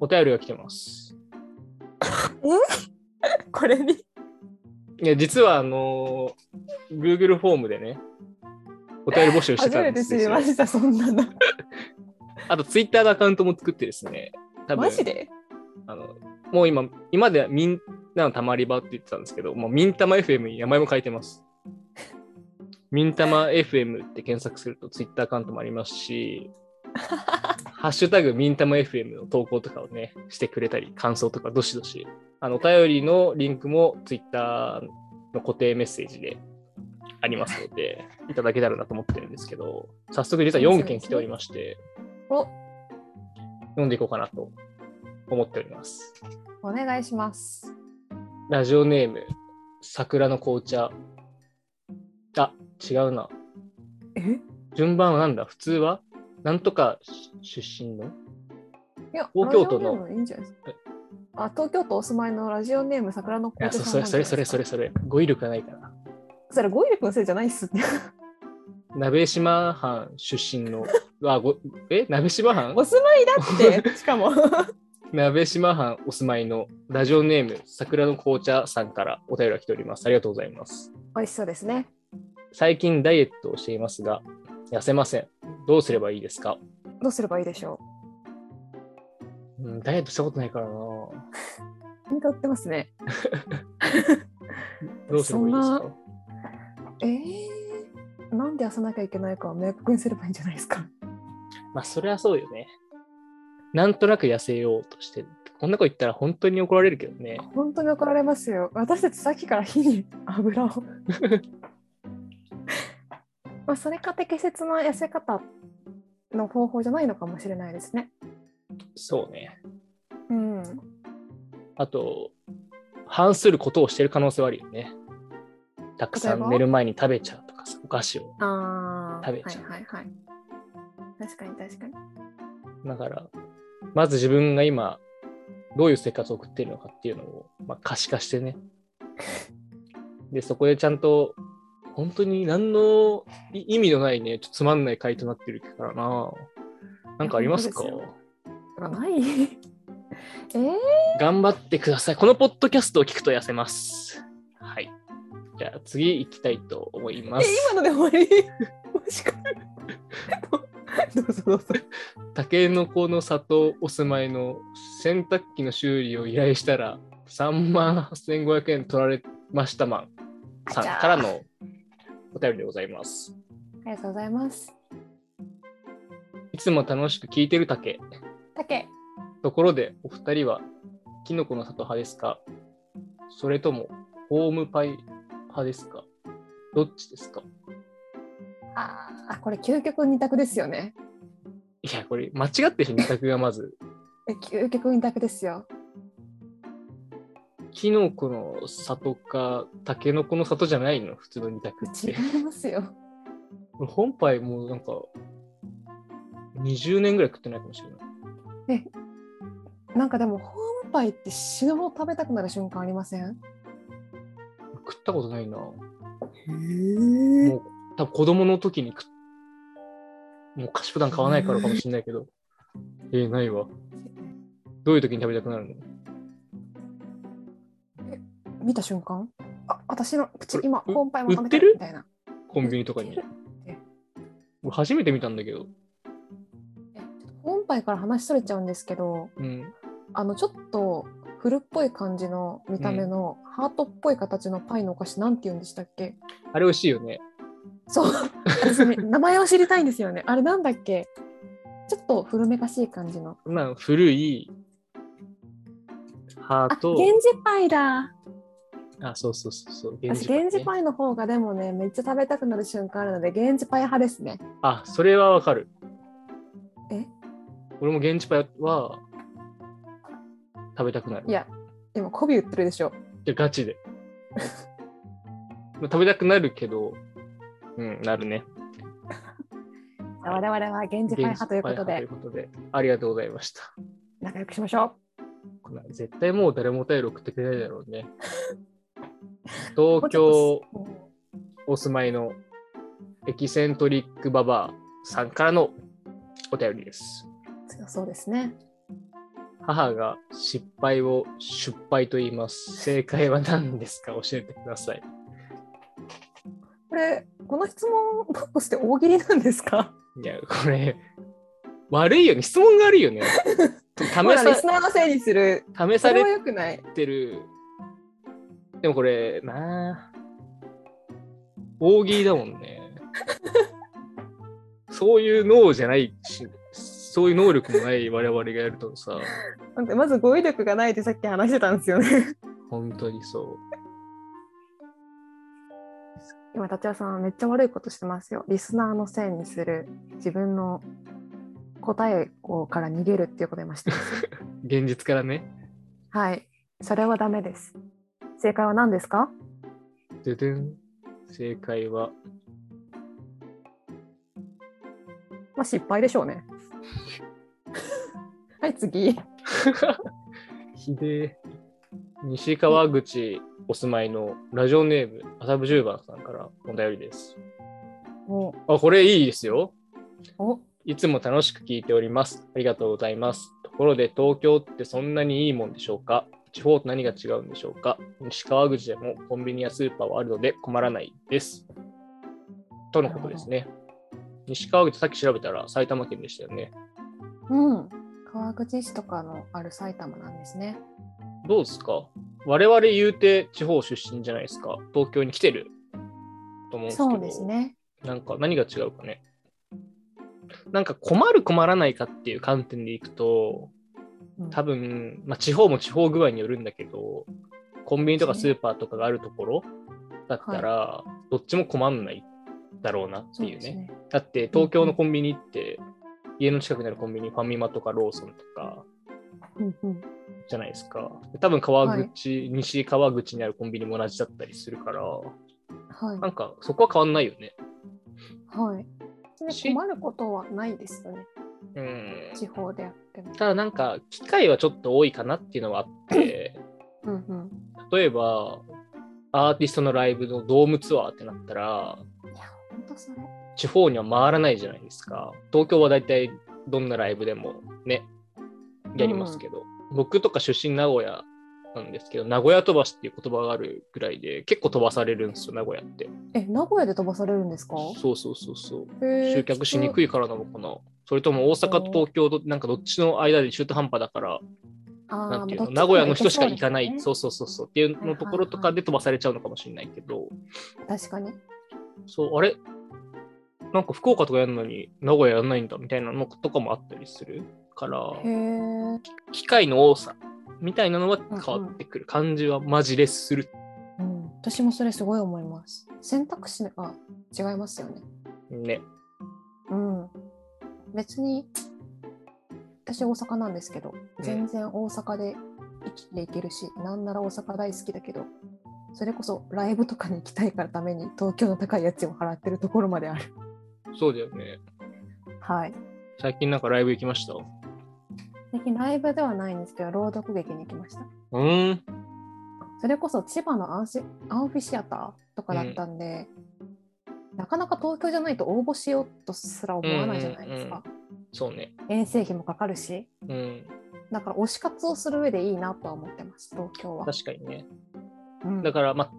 お便りが来てます。これに。いや、実はあのー、Google フォームでね、お便り募集して初ためんでてす知りよま。した、そんなの。あと Twitter のアカウントも作ってですね、多分マジであのもう今、今ではみんなのたまり場って言ってたんですけど、もうみんたま FM に名前も書いてます。みんたま FM って検索すると Twitter アカウントもありますし、ハッシュタグみんたま FM の投稿とかをね、してくれたり、感想とかどしどし。あの、お便りのリンクも Twitter の固定メッセージでありますので、いただけたらなと思ってるんですけど、早速実は4件来ておりまして、お読んでいこうかなと思っております。お願いします。ラジオネーム、桜の紅茶。あ、違うな。えい順番はなんだ普通はなんとか出身のや東京都のラジオネームいいんじゃないですかあ東京都お住まいのラジオネーム桜のい紅や、茶そさそれ、んなんそじゃなれ、いですそかれ、それ、それ。語彙力がないから。それ語彙力のせいじゃない っすって鍋島藩出身の。あ、ごえ鍋島藩お住まいだってしかも 鍋島藩お住まいのラジオネーム、桜の紅茶さんからお便りが来ております。ありがとうございます。 美味しそうですね最近ダイエットをしていますが、痩せません。どうすればいいですかどうすればいいでしょうん、ダイエットしたことないからな。どう喧嘩売ってますねうすればいいですそんかえー、なんで痩せなきゃいけないかを明確にすればいいんじゃないですかまあ、それはそうよね。なんとなく痩せようとしてる。こんなこと言ったら本当に怒られるけどね。本当に怒られますよ私たちさっきから火に 油をまあそれか適切な痩せ方の方法じゃないのかもしれないですねそうね。うんあと、反することをしてる可能性はあるよね。たくさ例えんば寝る前に食べちゃうとかさ、お菓子を。ああ食べちゃうはいはいはい確かに確かにだから、まず自分が今、どういう生活を送っているのかっていうのを、まあ、可視化してね。で、そこでちゃんと、本当に何の意味のないね、ちょっとつまんない回となってるからな。なんかありますかいや本当ですよあないえー、頑張ってください。このポッドキャストを聞くと痩せます。はい。じゃあ次行きたいと思いまえす。今ので終わりもしかどうぞどうぞタケノコの里お住まいの洗濯機の修理を依頼したら3万8500円取られましたマンさんあちゃーからのお便りでございます。ありがとうございますいつも楽しく聞いてるタケ。たけところでお二人はキノコの里派ですかそれともホームパイ派ですかどっちですかああこれ究極二択ですよねいや、これ間違ってるし、二択がまず。え究極二択ですよキノコの里か、タケノコの里じゃないの、普通の二択って。違いますよ本杯もうなんか、20年ぐらい食ってないかもしれない。なんかでもホームパイって死ぬほど食べたくなる瞬間ありません食ったことないな。もへう、多分子供の時に食っもう菓子普段買わないからかもしれないけど。えー、ないわ。どういう時に食べたくなるの見た瞬間あ私の口これ今うホームパイも食べ売っててるるみたいなコンビニとかにえ。俺初めて見たんだけど。ちょっとホームパイから話しそれちゃうんですけどうん。あのちょっと古っぽい感じの見た目の、ハートっぽい形のパイのお菓子なんて言うんでしたっけあれ美味しいよね。そう私 ね名前を知りたいんですよねあれなんだっけちょっと古めかしい感じのこんなの古い、ハあート。源氏パイだあ、そうそうそうそう。私パイね源氏パイの方がでもねめっちゃ食べたくなる瞬間あるので源氏パイ派ですねあ、それはわかる。え俺も現地パイは食べたくなる。いや今媚び売ってるでしょいやガチで。食べたくなるけど、うん、なるね。じゃあ我々は源氏パイ派ということ現地でパイ派ということで、ありがとうございました。仲良くしましょこんな絶対もう誰もお便り送ってくれないだろう ね。う東京もうちょっお住まいのエキセントリックババアさんからのお便りです。と強そうですね母が失敗を失敗と言います。正解は何ですか教えてください。これこの質問ボックスって大喜利なんですかいや、これ、悪いよね。質問があるよね。試ほらリスさナーのせいにする試そされはれよくないてる。でもこれ、なあ大喜利だもんね。そういう脳じゃないし、そういう能力もない我々がやるとさ、だってまず語彙力がないってさっき話してたんですよね本当にそう。 今達也さんめっちゃ悪いことしてますよリスナーのせいにする自分の答えをから逃げるっていうことを今してます よ現実からね。はいそれはダメです正解は何ですかででん。正解は、まあ失敗でしょ うねはい次ひでえ西川口お住まいのラジオネーム、麻布十番さんからお便りです。おあ、これいいですよ。おいつも楽しく聞いております。ありがとうございます。ところで東京ってそんなにいいもんでしょうか地方と何が違うんでしょうか西川口でもコンビニやスーパーはあるので困らないです。とのことですね。西川口さっき調べたら埼玉県でしたよね。うん川口市とかのある埼玉なんですねどうですか我々言うて地方出身じゃないですか。東京に来てると思うんですけど。そうですねなんか何が違うかね。なんか困る困らないかっていう観点でいくと、うん多分、まあ、地方も地方具合によるんだけど、コンビニとかスーパーとかがあるところだったら、どっちも困んないだろうなってそういうね。ですねだって東京のコンビニって、家の近くにあるコンビニ、ファミマとかローソンとか、うんうんじゃないですか。多分川はい口、西川口にあるコンビニも同じだったりするから、はいなんかそこは変わんないよね。はい。し困ることはないですよね、うん。地方であっても。ただなんか、機会はちょっと多いかなっていうのはあって、 うんうん、例えば、アーティストのライブのドームツアーってなったら、本当それ。地方には回らないじゃないですか。東京はだいたいどんなライブでもね、やりますけど、僕とか出身名古屋なんですけど、名古屋飛ばしっていう言葉があるぐらいで、結構飛ばされるんですよ、名古屋って。え、名古屋で飛ばされるんですかそうそうそうそう。集集客しにくい。いからなのかな、それとも大阪と東京となんかどっちの間で中途半端だから、あーなんていうまのあ名古屋の人しか行かない、どっちそうそうそうそうっていうはいはのいところとかで飛ばされちゃうのかもしれないけど、もですね確かに。そう、あれなんか福岡とかやるのに名古屋やらないんだみたいなのとかもあったりするから、へえ。機会の多さみたいなのは変わってくる感じはマジレスする。うん、私もそれすごい思います。選択肢が違いますよね。ね。うん。別に、私大阪なんですけど、全然大阪で生きていけるし、なんなら大阪大好きだけど、それこそライブとかに行きたいからために東京の高い家賃を払ってるところまである。そうだよね。はい。最近なんかライブ行きました。う最近ライブではないんですけど、朗読劇に行きました。ーん。それこそ千葉のアンシアンフィシアターとかだったんで、なかなか東京じゃないと応募しようとすら思わないじゃないですか。そうね。遠征費もかかるし、うん。だから推し活をする上でいいなとは思ってます、東京は。確かにね。うんだから、まあ、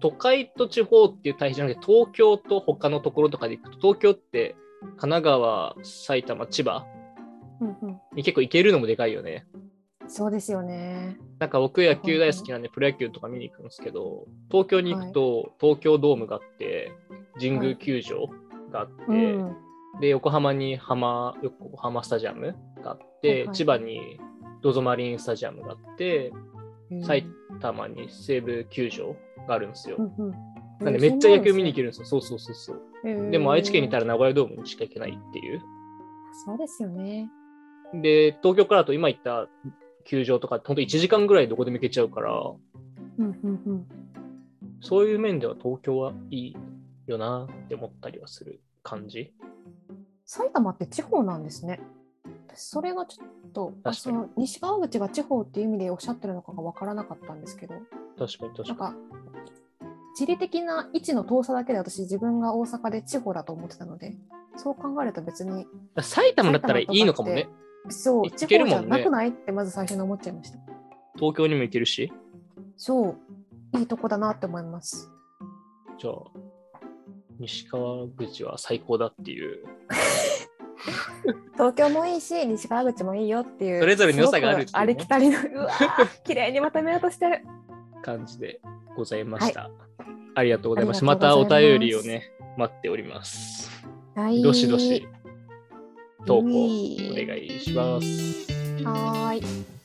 都会と地方っていう対比じゃなくて、東京と他のところとかで行くと、東京って神奈川、埼玉、千葉うんうんに結構行けるのもでかいよね。そうですよね。なんか僕野球大好きなんで、プロ野球とか見に行くんですけど、東京に行くと、東京ドームがあって、神宮球場があって、うん、で、横浜に浜、横浜スタジアムがあって、はいはい千葉に DOZO マリンスタジアムがあって、埼玉に西武球場があるんですよ。うんうんうんなんでめっちゃ野球見に行ける。るんですよ。そうそうそうそう。へーでも愛知県にいたら名古屋ドームにしか行けないっていう。そうですよね。で、東京からだと今言った球場とか、本当1時間ぐらいどこでも行けちゃうから、うんうんうんそういう面では東京はいいよなって思ったりはする感じ。埼玉って地方なんですね。私それがちょっと確あかそにの西川口が地方っていう意味でおっしゃってるのかが分からなかったんですけど確かに確なかんか地理的な位置の遠さだけで私自分が大阪で地方だと思ってたのでそう考えると別にに。埼玉だったらいいのかもね。そう、行地ける方もんじねゃなくないってまず最初に思っちゃいました。東京にも行けるし、そう、いいとこだなって思います。じゃあ、西川口は最高だっていう、東京もいいし、西川口もいいよっていう。それぞれの良さがあるっていうねすごくありきたりの、うわー綺麗にまとめようとしてる。感じでございました。ありがとうございます。あまりがたとうおございます便りをね、待っております。はいどしどし投稿おいい願いします。はーい。